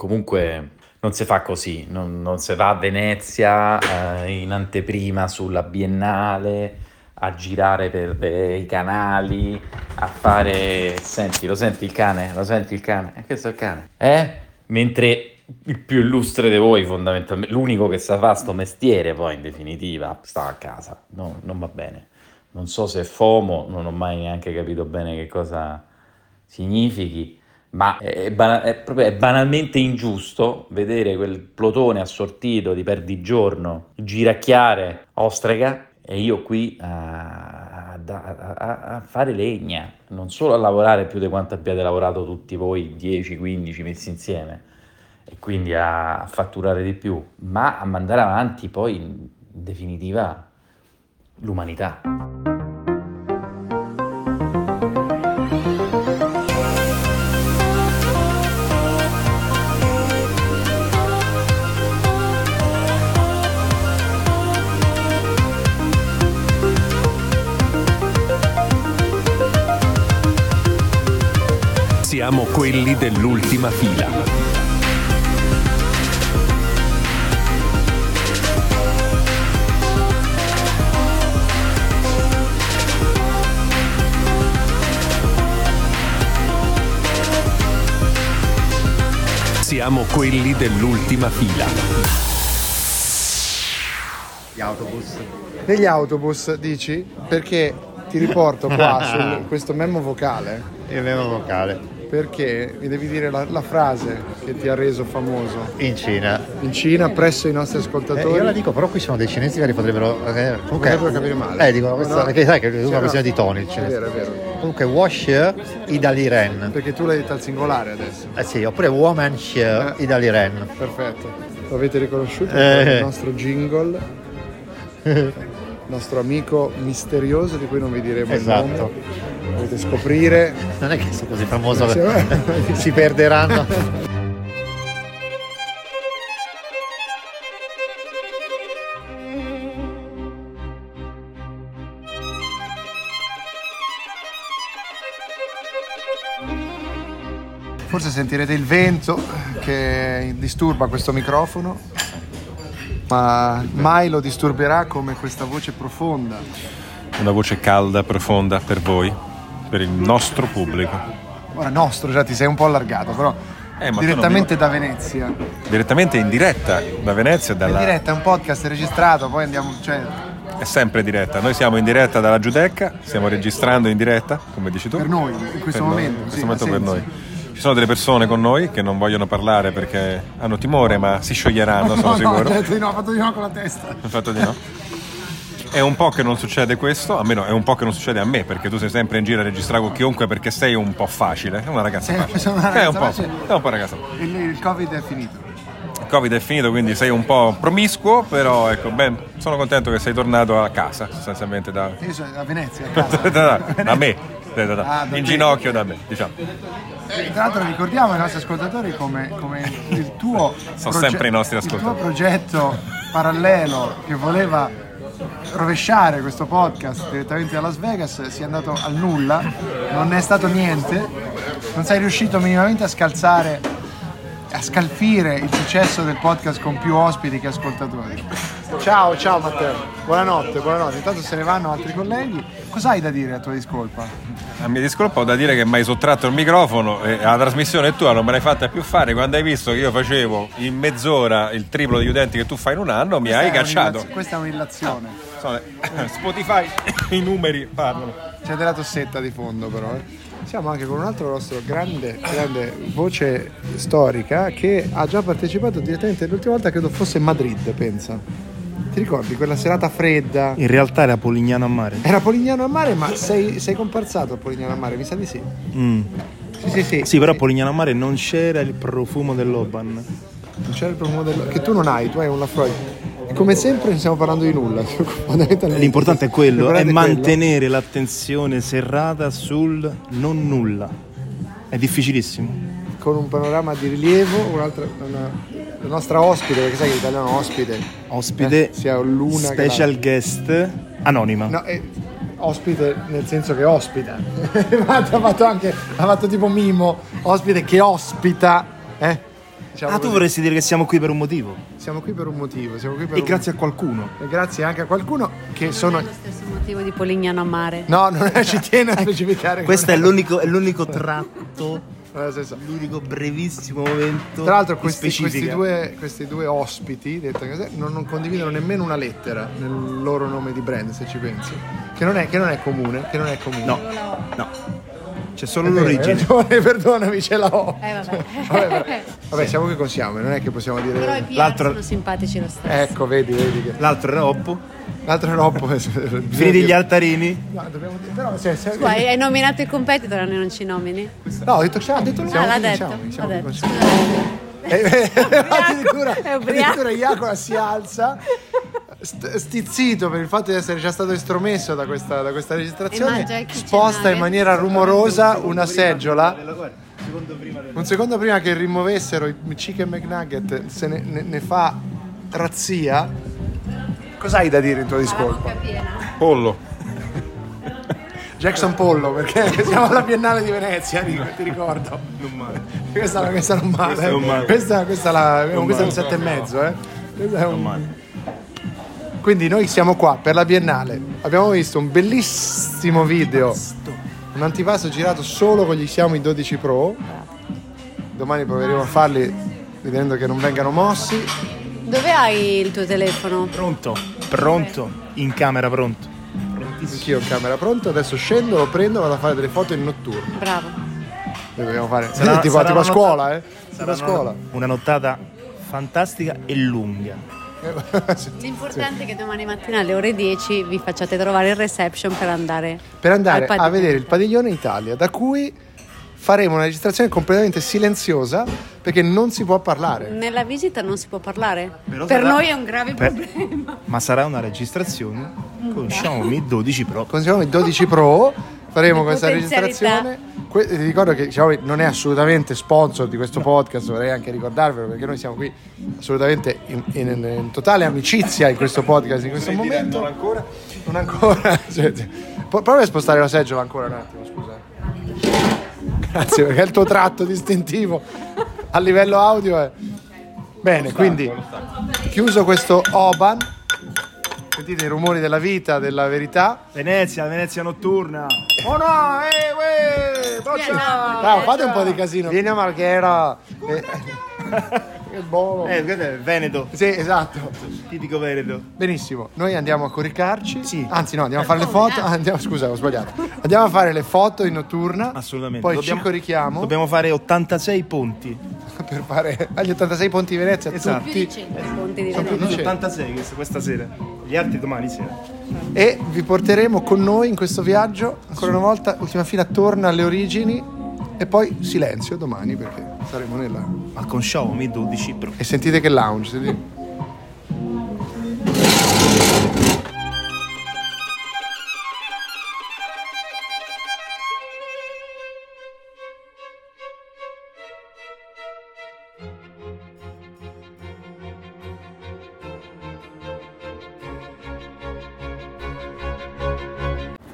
Comunque non si fa così, non, non si va a Venezia eh, in anteprima sulla Biennale a girare per eh, i canali, a fare... Senti, lo senti il cane? Lo senti il cane? Eh, questo è il cane. Eh? Mentre il più illustre di voi fondamentalmente, l'unico che sa fare sto mestiere poi in definitiva, sta a casa, No, non va bene. Non so se è FOMO, non ho mai neanche capito bene che cosa significhi, ma è, è bana- è proprio- è banalmente ingiusto vedere quel plotone assortito di perdigiorno giracchiare ostrega e io qui a, a- a- a fare legna, non solo a lavorare più di quanto abbiate lavorato tutti voi, 10, 15 messi insieme, e quindi a fatturare di più, ma a mandare avanti poi in definitiva l'umanità. Siamo quelli dell'ultima fila. Siamo quelli dell'ultima fila. Gli autobus. Negli autobus, dici? Perché ti riporto qua su questo memo vocale, Il memo vocale. perché mi devi dire la, la frase che ti ha reso famoso. In Cina. In Cina, presso i nostri Eh, io la ascoltatori, dico, però qui ci sono dei cinesi che li potrebbero, eh, comunque, potrebbero capire male. Eh, dico, questa, No? perché sai che è Sì, una no. questione di toni il è cinese. vero, è vero. Comunque, washer idaliren. Perché tu l'hai detta al singolare adesso. Eh sì, oppure woman shear Eh. idaliren. Perfetto. Lo avete riconosciuto? Eh. Il nostro jingle. Il nostro amico misterioso di cui non vi diremo Esatto. il nome. Dovete scoprire. Non è che sono così famoso, Sì, che si perderanno. Forse sentirete il vento che disturba questo microfono, ma mai lo disturberà come questa voce profonda. Una voce calda, profonda per voi, per il nostro pubblico. Ora nostro, già ti sei un po' allargato, però Eh, ma tu direttamente da Venezia. Direttamente in diretta da Venezia, In dalla... diretta è un podcast registrato, poi andiamo, cioè, è sempre diretta. Noi siamo in diretta dalla Giudecca, stiamo registrando in diretta, come dici tu. per noi, in questo Per noi, momento. in questo sì, momento ha per senso. noi. Ci sono delle persone con noi che non vogliono parlare perché hanno timore, ma si scioglieranno, Ah, No, no, sono sicuro. ha detto di no, ha fatto di no con la testa. Il fatto di no. È un po' che non succede questo, almeno è un po' che non succede a me, perché tu sei sempre in giro a registrare con chiunque perché sei un po' facile. È una ragazza Sì, facile. Eh, sono una è un po', ragazza facile. è un po' ragazza. Il, il Covid è finito. Il Covid è finito, quindi sei un po' promiscuo, però ecco, ben, sono contento che sei tornato a casa, sostanzialmente da, Io sono a Venezia, a da- casa. da- da me, da- da- da- Ah, da in te. ginocchio da me, diciamo. Tra l'altro ricordiamo ai nostri ascoltatori come, come il tuo Sono sempre i nostri ascoltatori. il tuo progetto parallelo che voleva rovesciare questo podcast direttamente da Las Vegas sia andato al nulla, non è stato niente, non sei riuscito minimamente a scalzare a scalfire il successo del podcast con più ospiti che ascoltatori. Ciao, ciao Matteo. Buonanotte, buonanotte. Intanto se ne vanno altri colleghi. Cos'hai da dire a tua discolpa? A mia discolpa ho da dire che mi hai sottratto il microfono e la trasmissione tua non me l'hai fatta più fare quando hai visto che io facevo in mezz'ora il triplo di udenti che tu fai in un anno, mi Questa hai è cacciato. un'illazione- Questa è un'illazione. Sono- Spotify, i numeri parlano. C'è della tossetta di fondo però. eh. Siamo anche con un altro nostro grande, grande voce storica che ha già partecipato direttamente l'ultima volta credo fosse Madrid, pensa. Ti ricordi quella serata fredda? In realtà era Polignano a mare. Era Polignano a mare, ma sei, sei comparsato a Polignano a mare, mi sa di sì. Mm. Sì, sì, sì. Sì, però a Polignano a mare non c'era il profumo dell'Oban. Non c'era il profumo del... che tu non hai, tu hai un Lafroy. E come sempre non stiamo parlando di nulla. fondamentalmente. L'importante è quello, è L'importante mantenere l'attenzione serrata sul non nulla. È difficilissimo. con un panorama di rilievo, un'altra, una- la nostra ospite, perché sai che l'italiano ospite. Ospite, Eh, sia l'una che special guest, anonima. No, è ospite nel senso che ospita. ha fatto anche, ha fatto tipo mimo, ospite che ospita, eh? Diciamo Ah, tu così. vorresti dire che siamo qui per un motivo. Siamo qui per un motivo, siamo qui per E un- grazie a qualcuno. e grazie anche a qualcuno che sono... È lo stesso motivo di Polignano a mare. No, non è- ci tiene a specificare. Questo Ecco, è l'unico, è l'unico Eh. tratto, Non è lo stesso. l'unico brevissimo momento. Esatto. Tra l'altro di questi, specifica. questi due, questi due ospiti detto così, non, non condividono nemmeno una lettera nel loro nome di brand, se ci pensi. Che non è, che non è comune, che non è comune. No, no. C'è solo È vero, hai Cioè, l'origine. ragione, perdonami, ce la ho. Eh, vabbè. Vabbè, vabbè. Vabbè, siamo qui con siamo, non è che possiamo Però i dire. PR L'altro- sono simpatici lo stesso. Ecco, vedi, vedi che. L'altro era Oppo. L'altro no, poi- Finiti gli altarini. No, dobbiamo dire- però, se- se- Tu hai, hai nominato il competitor, a noi non ci nomini. No, ho detto ciao, ho detto Ah, siamo l'ha qui con Xiaomi, detto. l'ha siamo qui detto. con Xiaomi. Scusate. Eh, eh, addirittura, È ubriaco. addirittura Iacola si alza, st- stizzito per il fatto di essere già stato estromesso da questa, da questa E registrazione, mangia il kitchen sposta in nugget. maniera rumorosa una seggiola. Secondo prima del- Un secondo prima che rimuovessero i Chicken McNugget, se ne, ne- ne fa razzia. Cos'hai da dire in tuo discolpo? Bocca piena. Pollo. Jackson Pollo, perché siamo alla Biennale di Venezia, Rico, ti ricordo. Non male. Questa, questa non male. Questa non male. Questa, questa la- questa è un male. 7 e mezzo, eh. Questa è un- male. Quindi noi siamo qua per la Biennale. Abbiamo visto un bellissimo video, un antipasto girato solo con gli Xiaomi 12 Pro. Domani proveremo a farli vedendo che non vengano mossi. Dove hai il tuo telefono? Pronto, pronto, in camera pronto. Anch'io ho camera pronto, adesso scendo, lo prendo, vado a fare delle foto in notturno. Bravo. Le dobbiamo fare Sarà- tipo, sarà tipo a una scuola, eh? nottata- Tipo a sarà scuola. Una, una nottata fantastica e lunga. Sì. L'importante è che domani mattina alle ore 10 vi facciate trovare il reception per andare per andare al a padiglione. vedere il padiglione Italia, da cui faremo una registrazione completamente silenziosa perché non si può parlare. Nella visita non si può parlare. Però per sarà- noi è un grave Per- problema. Ma sarà una registrazione con Xiaomi 12 Pro. Con Xiaomi 12 Pro faremo Le questa potenzialità. registrazione. Que- eh, ti ricordo che Xiaomi non è assolutamente sponsor di questo podcast, vorrei anche ricordarvelo perché noi siamo qui assolutamente in, in- in totale amicizia in questo podcast in questo momento. Non ancora? Non ancora. Cioè, cioè, po- Prova a spostare la seggiola ancora un attimo, scusa. Grazie, perché è il tuo tratto distintivo a livello audio è... Bene, quindi chiuso questo Oban, sentite i rumori della vita, della verità. Venezia, Venezia notturna. Oh no, eh, uè, boccia! Napoli, Bravo, fate un po' di casino. Vino Marghera. Eh. che buono. Eh, questo è Veneto, Sì, esatto. tipico Veneto. Benissimo, noi andiamo a coricarci. Sì. Anzi, no, andiamo a fare le foto. ah, andiamo- scusa, ho sbagliato. Andiamo a fare le foto in notturna. Assolutamente. Poi Dobbiamo- ci corichiamo Dobbiamo fare 86 ponti. per fare agli 86 ponti di Venezia. Esatto. Più Tutti. di 100 ponti di Sono Venezia. più di 100. 86 questa, questa sera. Gli altri domani sera. E vi porteremo con noi in questo viaggio. Ancora una volta, ultima fila torna alle origini. E poi silenzio domani perché saremo nella. Ma con Xiaomi 12 Pro. E sentite che lounge. sentite-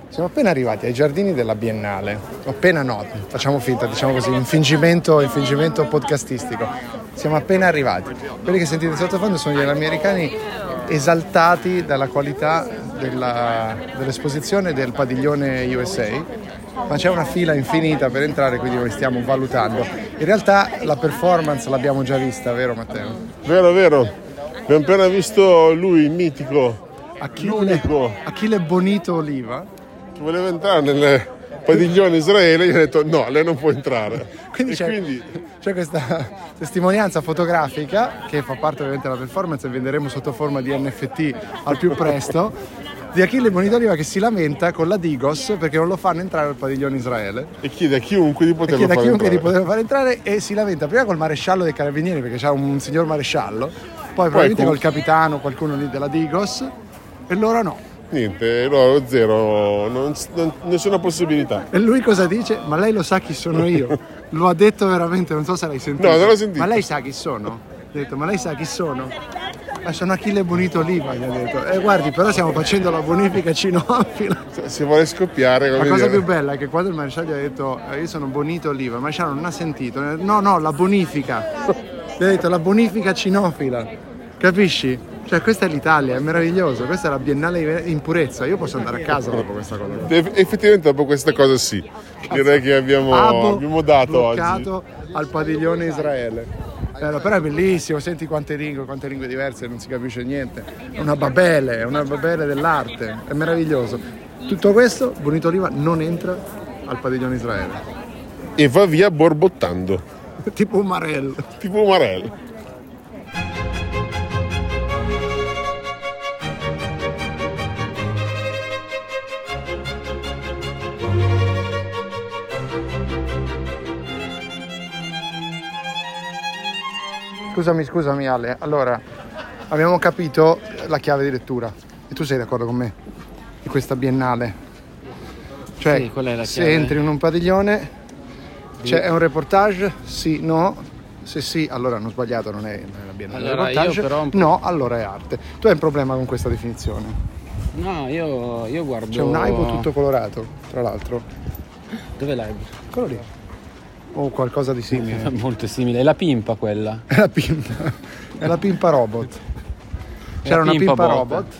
Siamo appena arrivati ai giardini della Biennale, o appena no, facciamo finta, diciamo così, infingimento, infingimento podcastistico. Siamo appena arrivati. Quelli che sentite sottofondo sono gli americani esaltati dalla qualità della- dell'esposizione del padiglione USA ma c'è una fila infinita per entrare, quindi noi stiamo valutando. In realtà la performance l'abbiamo già vista, vero Matteo? Vero, vero. Abbiamo appena visto lui, il mitico, Achille, l'unico Achille Bonito Oliva. che voleva entrare nel padiglione Israele. Gli ho detto: No, lei non può entrare. Quindi E c'è, quindi c'è questa testimonianza fotografica che fa parte ovviamente della performance e venderemo sotto forma di NFT al più presto di Achille Bonito Oliva che si lamenta con la Digos perché non lo fanno entrare al padiglione Israele e chiede a chiunque di e poterlo chiede a fare chiunque di entrare. poterlo far entrare e si lamenta prima col maresciallo dei carabinieri perché c'è un signor maresciallo poi probabilmente con- col capitano qualcuno lì della Digos e loro no Niente, loro zero, non, non- nessuna possibilità. e lui cosa dice? ma lei lo sa chi sono io lo ha detto veramente non so se l'hai sentito No, non l'ho sentito. ma lei sa chi sono? ha detto ma lei sa chi sono? ma sono Achille Bonito Oliva gli ha detto e guardi però stiamo facendo la bonifica cinofila Se vuole scoppiare, La come cosa dire, più bella è che quando il maresciallo gli ha detto "Eh, io sono Bonito Oliva, il maresciallo non ha sentito, ne- no no la bonifica. Gli ho detto la bonifica cinofila, capisci? Cioè questa è l'Italia, è meraviglioso, questa è la biennale in purezza, io posso andare a casa dopo questa cosa. qua. Eff- Effettivamente dopo questa cosa sì, direi che abbiamo, Abo abbiamo dato oggi. Ah, bloccato al padiglione Israele. Bello, però è bellissimo, senti quante lingue, quante lingue diverse, non si capisce niente. È una babele, è una babele dell'arte, è meraviglioso. Tutto questo Bonito Oliva non entra al padiglione Israele. E va via borbottando, Tipo un marello. tipo Marello. Scusami, scusami Ale, allora abbiamo capito la chiave di lettura e tu sei d'accordo con me di questa biennale? Cioè, Sì, qual è la se chiave? entri in un padiglione, c'è è un reportage? Sì, no? Se sì, allora non ho sbagliato, non è, non è la biennale. del Allora, io reportage. però un po'- No, allora è arte. Tu hai un problema con questa definizione. No, io, io guardo. C'è un aibo tutto colorato, tra l'altro. Dov'è l'aibo? Quello lì. O qualcosa di simile. Molto simile, è la pimpa quella. È la pimpa. È la pimpa robot. C'era una pimpa pimpa botta. robot.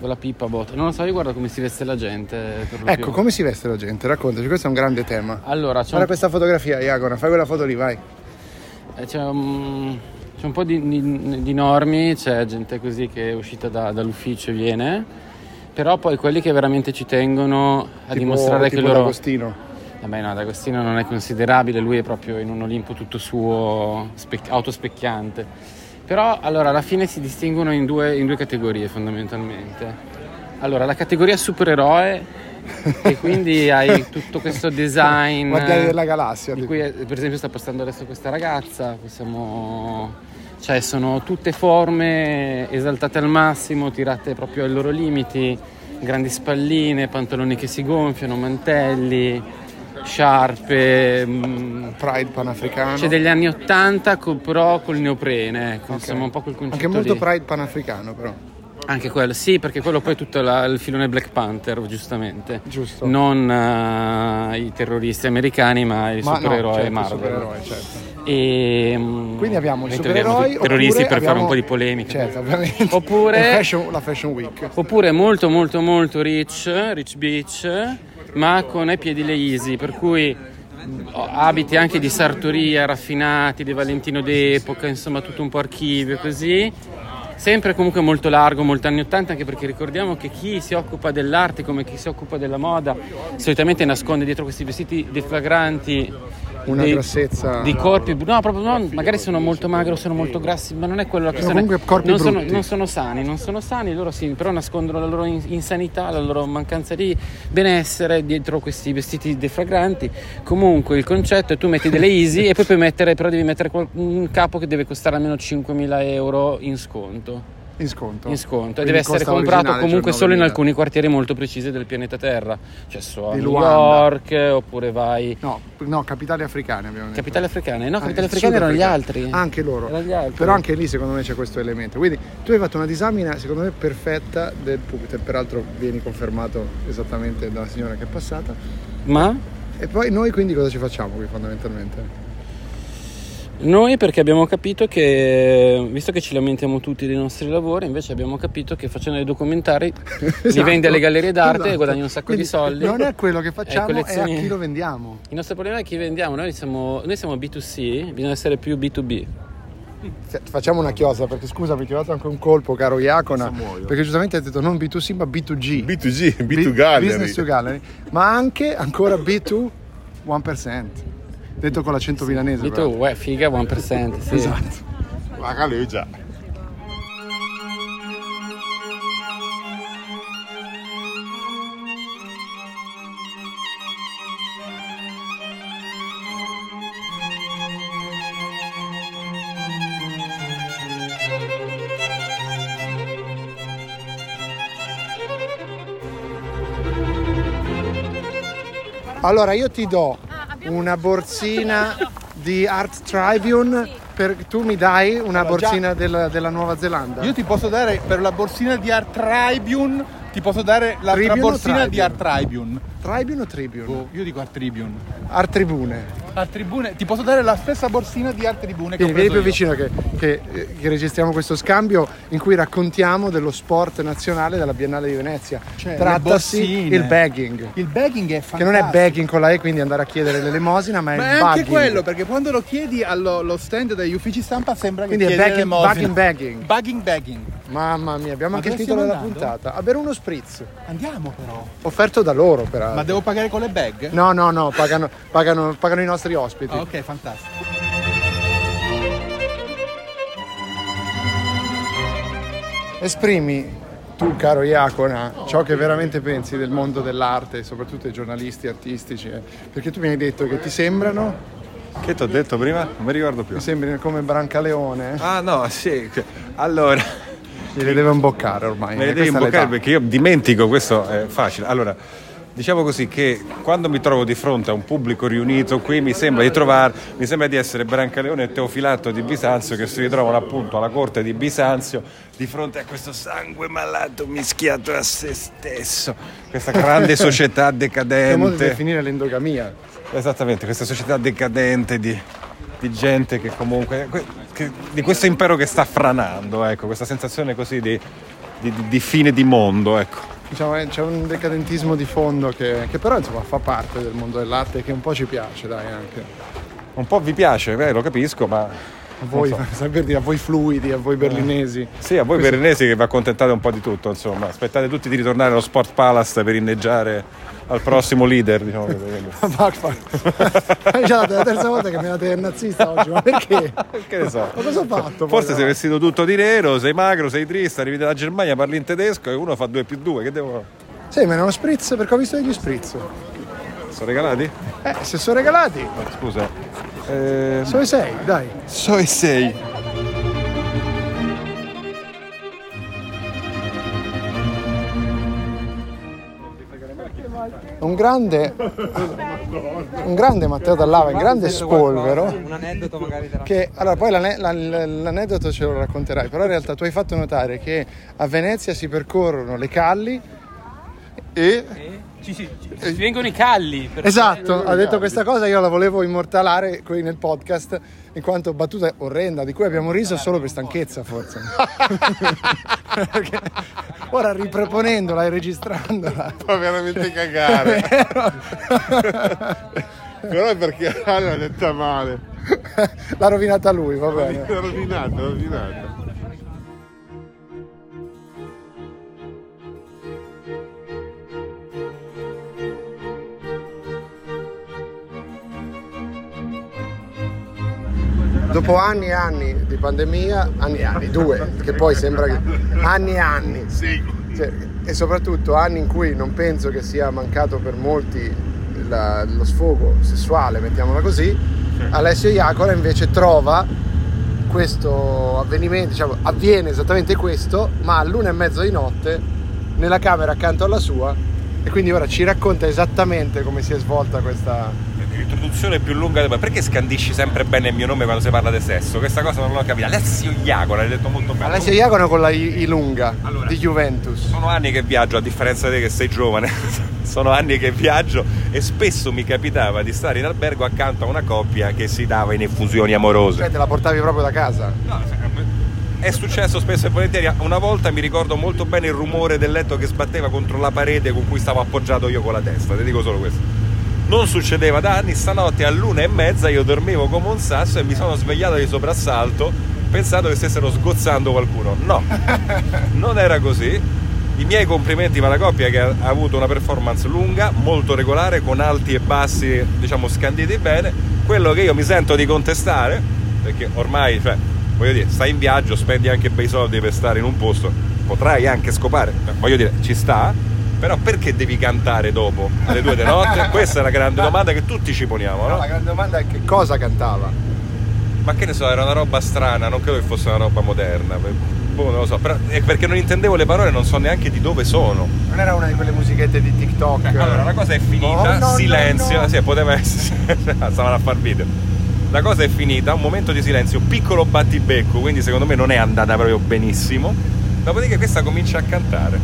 O la pippa botta. Non lo so, io guardo come si veste la gente. eh, per lo Ecco, più. come si veste la gente? Raccontaci, questo è un grande tema. Allora, c'è Guarda un, questa fotografia, Iagona, fai quella foto lì, vai. eh, c'è un- c'è un po' di, di- di normi, c'è gente così che è uscita da- dall'ufficio e viene. Però poi quelli che veramente ci tengono a Tipo- dimostrare tipo che loro. D'Agostino. Eh beh, no, D'Agostino non è considerabile, lui è proprio in un Olimpo tutto suo, spec- autospecchiante. Però allora alla fine si distinguono in due, in due categorie fondamentalmente. Allora, la categoria supereroe, e quindi hai tutto questo design. Guardiani della galassia, Di tipo. cui eh, per esempio sta passando adesso questa ragazza, possiamo. Cioè, sono tutte forme esaltate al massimo, tirate proprio ai loro limiti, grandi spalline, pantaloni che si gonfiano, mantelli, sciarpe, mm, Pride panafricano. c'è degli anni 80 co- però col neoprene, ecco, Ok. insomma un po' quel concetto Anche molto lì. pride panafricano, però. Anche quello, sì, perché quello poi è tutto la- il filone Black Panther, giustamente. Giusto. Non eh, i terroristi americani, ma i Ma no, supereroi certo, Marvel. supereroi, certo. E, mm, Quindi abbiamo i ovviamente abbiamo supereroi. i terroristi oppure per fare un abbiamo- po' di polemica. Certo, ovviamente. Oppure- La fashion, la fashion week. Oppure molto molto molto rich, rich beach, ma con ai piedi le easy, per cui mh, abiti anche di sartoria, raffinati, di Valentino d'epoca, insomma tutto un po' archivio così. Sempre comunque molto largo, molto anni 80, anche perché ricordiamo che chi si occupa dell'arte come chi si occupa della moda solitamente nasconde dietro questi vestiti deflagranti Una dei- grassezza- di corpi, no, proprio no, magari sono molto magro, sono molto grassi, ma non è quello la questione. comunque corpi Cioè, non sono, brutti. non sono sani, non sono sani, loro sì, però nascondono la loro in- insanità, la loro mancanza di benessere dietro questi vestiti defragranti. Comunque il concetto è tu metti delle easy e poi puoi mettere, però devi mettere qual- un capo che deve costare almeno 5.000 euro in sconto. In sconto. In sconto e Quindi deve essere costa comprato originale, cioè comunque solo in 9.000. alcuni quartieri molto precisi del pianeta Terra, cioè so a Di New Luanda. York oppure vai No, no, capitali africane abbiamo detto. Capitali africane? No, Ah, capitali africane erano gli sudafricane. altri. Anche loro. Erano gli altri. Però anche lì secondo me c'è questo elemento. Quindi tu hai fatto una disamina secondo me perfetta del pubblico, Cioè, peraltro vieni confermato esattamente dalla signora che è passata. Ma E poi noi quindi cosa ci facciamo qui fondamentalmente? noi perché abbiamo capito che, visto che ci lamentiamo tutti dei nostri lavori, invece abbiamo capito che facendo dei documentari li Esatto. vendi alle gallerie d'arte e Esatto. guadagni un sacco Quindi di soldi. Non è quello E che facciamo, è a collezioni- chi lo vendiamo. Il nostro problema è chi vendiamo, noi siamo, noi siamo B2C, bisogna essere più B2B. Cioè, Facciamo una chiosa, perché scusa, mi ti ho dato anche un colpo, caro Iacona. Perché giustamente hai detto non B2C ma B2G. B2G, B- B2 Gallery. Business to gallery, ma anche ancora B2 1%. Detto con l'accento milanese. B2, però. uè, figa, 1%. Sì. Esatto. La galleggia. Allora io ti do una borsina di Art Tribune per tu mi dai una borsina della, della Nuova Zelanda. Io ti posso dare per la borsina di Art Tribune, ti posso dare la Tribune o borsina di Tribune? Art Tribune. Tribune o Tribune? Boh, io dico Art Tribune. Art Tribune. a tribune. Ti posso dare la stessa borsina di Art Tribune che Vieni, ho vieni preso più io. vicino che, che- che registriamo questo scambio in cui raccontiamo dello sport nazionale della Biennale di Venezia. Cioè, le Trattasi borsine. il bagging. Il bagging è fantastico. Che non è bagging con la E, quindi andare a chiedere l'elemosina, ma è Ma il è bagging. anche quello, perché quando lo chiedi allo lo stand degli uffici stampa sembra che Quindi è chiedi bagging, l'elemosina. bagging, bagging. Bagging, bagging. Mamma mia, abbiamo Ma anche il dove titolo della stiamo andando? puntata. A bere uno spritz. Andiamo però. Offerto da loro, peraltro. Ma devo pagare con le bag? No, no, no, pagano, pagano- pagano i nostri ospiti. Ah, ok, fantastico. Esprimi tu, caro Iacona, ciò che veramente pensi del mondo dell'arte, soprattutto dei giornalisti artistici, eh. perché tu mi hai detto che ti sembrano, Che ti ho detto prima? Non mi ricordo più. ti sembrano come Brancaleone, eh. Ah no, sì. che- Allora, gliele deve imboccare ormai. me eh, le devi questa è imboccare l'età. perché io dimentico, questo è facile. Allora, diciamo così che quando mi trovo di fronte a un pubblico riunito qui mi sembra di trovare, mi sembra di essere Brancaleone e Teofilatto di Bisanzio che si ritrovano appunto alla corte di Bisanzio di fronte a questo sangue malato mischiato a se stesso, questa grande È società un modo di decadente. definire l'endogamia. Esattamente, questa società decadente di, di gente che comunque. que- che- di questo impero che sta franando, ecco, questa sensazione così di, di- di- di fine di mondo, ecco. Diciamo, eh, c'è un decadentismo di fondo che, che però insomma fa parte del mondo dell'arte e che un po' ci piace, dai, anche. Un po' vi piace, beh, lo capisco, ma. A voi, non so. Eh. saper dire, a voi fluidi, a voi berlinesi. Sì, a voi Questo- berlinesi che vi accontentate un po' di tutto, insomma. Aspettate tutti di ritornare allo Sport Palace per inneggiare al prossimo leader, diciamo. che- Hai Eh, già dato la terza volta che mi date il nazista oggi, ma perché? Che ne so. Ma cosa ho fatto? poi? Forse sei vestito tutto di nero, sei magro, sei triste, arrivi dalla Germania, parli in tedesco e uno fa 2 più 2, che devo. Sì, ma è uno spritz perché ho visto degli spritz. Sono regalati? Eh, se sono regalati, No, Scusa. Eh, so e sei, dai. so e sei. Un grande, un grande Matteo Dallava, un grande spolvero. Un aneddoto magari della Che, allora, poi l'ane- la- la- l'aneddoto ce lo racconterai, però in realtà tu hai fatto notare che a Venezia si percorrono le calli e Ci, ci, ci- ci vengono i calli. perché- Esatto, ha detto questa cosa, io la volevo immortalare qui nel podcast in quanto battuta orrenda di cui abbiamo riso solo per stanchezza forse. Perché ora riproponendola e registrandola. Fa veramente cagare. Però è perché Ale l'ha detta male. L'ha rovinata lui, va bene. L'ha rovinata, l'ha rovinata. Dopo anni e anni di pandemia, anni e anni, due, che poi sembra che... anni e anni. Cioè, e soprattutto anni in cui non penso che sia mancato per molti la- lo sfogo sessuale, mettiamola così, Alessio Iacora invece trova questo avvenimento, diciamo, avviene esattamente questo, ma all'una e mezzo di notte nella camera accanto alla sua e quindi ora ci racconta esattamente come si è svolta questa... L'introduzione più lunga del- Perché scandisci sempre bene il mio nome quando si parla di sesso? Questa cosa non l'ho capita. Alessio Iago, l'hai detto molto bene. Alessio Iacono con la I, I lunga di Juventus. Sono anni che viaggio, a differenza di te che sei giovane. Sono anni che viaggio e spesso mi capitava di stare in albergo accanto a una coppia che si dava in effusioni amorose. Cioè te la portavi proprio da casa? eh, È successo spesso e volentieri. Una volta mi ricordo molto bene il rumore del letto che sbatteva contro la parete con cui stavo appoggiato io con la testa. Ti dico solo questo. Non succedeva da anni, stanotte all'una e mezza io dormivo come un sasso e mi sono svegliato di soprassalto pensando che stessero sgozzando qualcuno. No, non era così. I miei complimenti per la coppia che ha ha avuto una performance lunga, molto regolare, con alti e bassi, diciamo, scanditi bene. Quello che io mi sento di contestare, perché ormai, cioè, voglio dire, stai in viaggio, spendi anche bei soldi per stare in un posto, potrai anche scopare, eh, voglio dire, ci sta, però perché devi cantare dopo alle due di notte? Questa è la grande domanda che tutti ci poniamo, no? La grande domanda è che cosa cantava? Ma che ne so, era una roba strana, non credo che fosse una roba moderna. Boh, non lo so, però, è perché non intendevo le parole, non so neanche di dove sono. Non era una di quelle musichette di TikTok. Allora, la cosa è finita, No, no, no, silenzio, no. sì, poteva essere, stavano a far video. La cosa è finita, un momento di silenzio, piccolo battibecco, quindi secondo me non è andata proprio benissimo. Dopodiché questa comincia a cantare.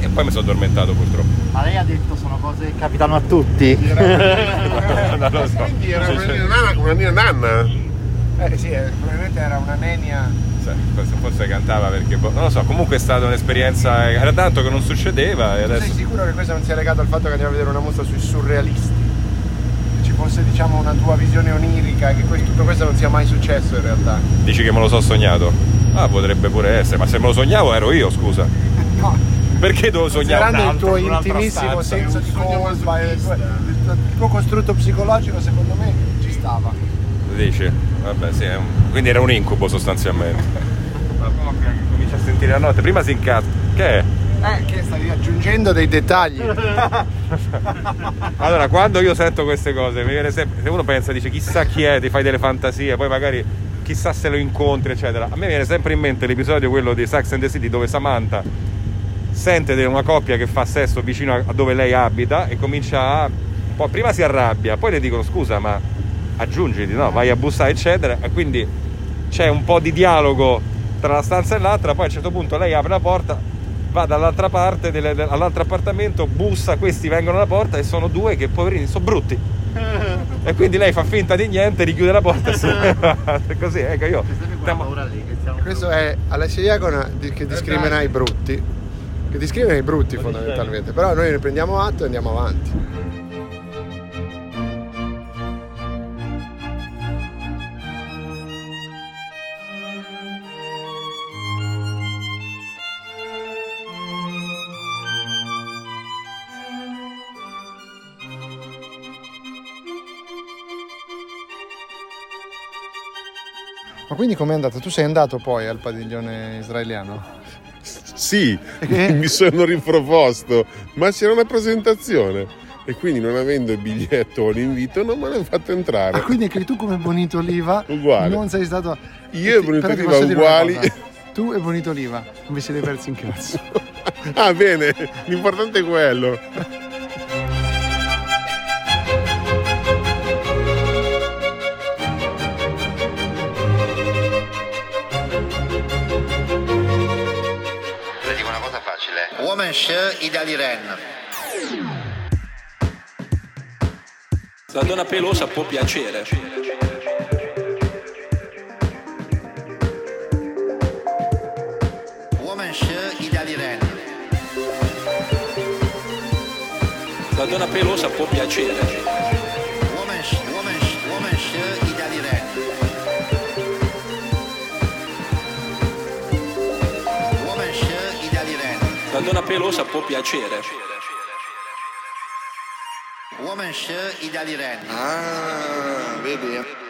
e poi mi sono addormentato purtroppo. Ma lei ha detto sono cose che capitano a tutti. non lo so. Quindi era Sì, una sì. nina nana come una nina nanna. Eh sì, eh, probabilmente era una nenia. Sì, forse, forse cantava perché boh, non lo so, comunque è stata un'esperienza, era tanto che non succedeva e Sei adesso sicuro che questo non sia legato al fatto che andiamo a vedere una mostra sui surrealisti? Che ci fosse diciamo una tua visione onirica, che questo- tutto questo non sia mai successo in realtà. dici che me lo so sognato. Ah, potrebbe pure essere, ma se me lo sognavo ero io, scusa. Perché devo sognare? Considerando un il altro, tuo un altro intimissimo stazza? senso di colpa, e il tuo- il tuo- il tuo costrutto psicologico secondo me ci stava. Dici? Vabbè, sì, è un- quindi era un incubo sostanzialmente. Comincia a sentire la notte, prima si incazza. Che è? Eh, che stavi aggiungendo dei dettagli. Allora, quando io sento queste cose, mi viene sempre, se uno pensa, dice chissà chi è, ti fai delle fantasie, poi magari chissà se lo incontri, eccetera. A me viene sempre in mente l'episodio quello di Sax and the City dove Samantha sente di una coppia che fa sesso vicino a a dove lei abita e comincia a. un po' prima si arrabbia, poi le dicono scusa, ma aggiungiti, no? Vai a bussare, eccetera. E quindi c'è un po' di dialogo tra la stanza e l'altra, poi a un certo punto lei apre la porta, va dall'altra parte, delle- de- all'altro appartamento, bussa, questi vengono alla porta e sono due che poverini sono brutti. E quindi lei fa finta di niente, richiude la porta e se ne va. Così, ecco io. Questo è Alessio Iacona di- Eh, che discrimina i brutti, che discrimina i brutti fondamentalmente, però noi ne prendiamo atto e andiamo avanti. Ma quindi com'è andata? Tu sei andato poi al padiglione israeliano? Sì, mi sono riproposto, ma c'era una presentazione e quindi non avendo il biglietto o l'invito non me l'hanno fatto entrare. Ah, quindi anche tu come Bonito Oliva Uguale. non sei stato... Io e Bonito Però ti Oliva posso dire una uguali. cosa. Tu e Bonito Oliva vi siete persi in cazzo. Ah bene, l'importante è quello. Le dico una cosa facile. Woman Share Idali Ren. La donna pelosa può piacere. Woman Share Idali Ren. La donna pelosa può piacere. Woman Sh- Woman Sh- Woman Share Idali Ren. Woman Share Idali Ren. La donna pelosa può piacere. Woman Share Idali Ren. Ah, vedi.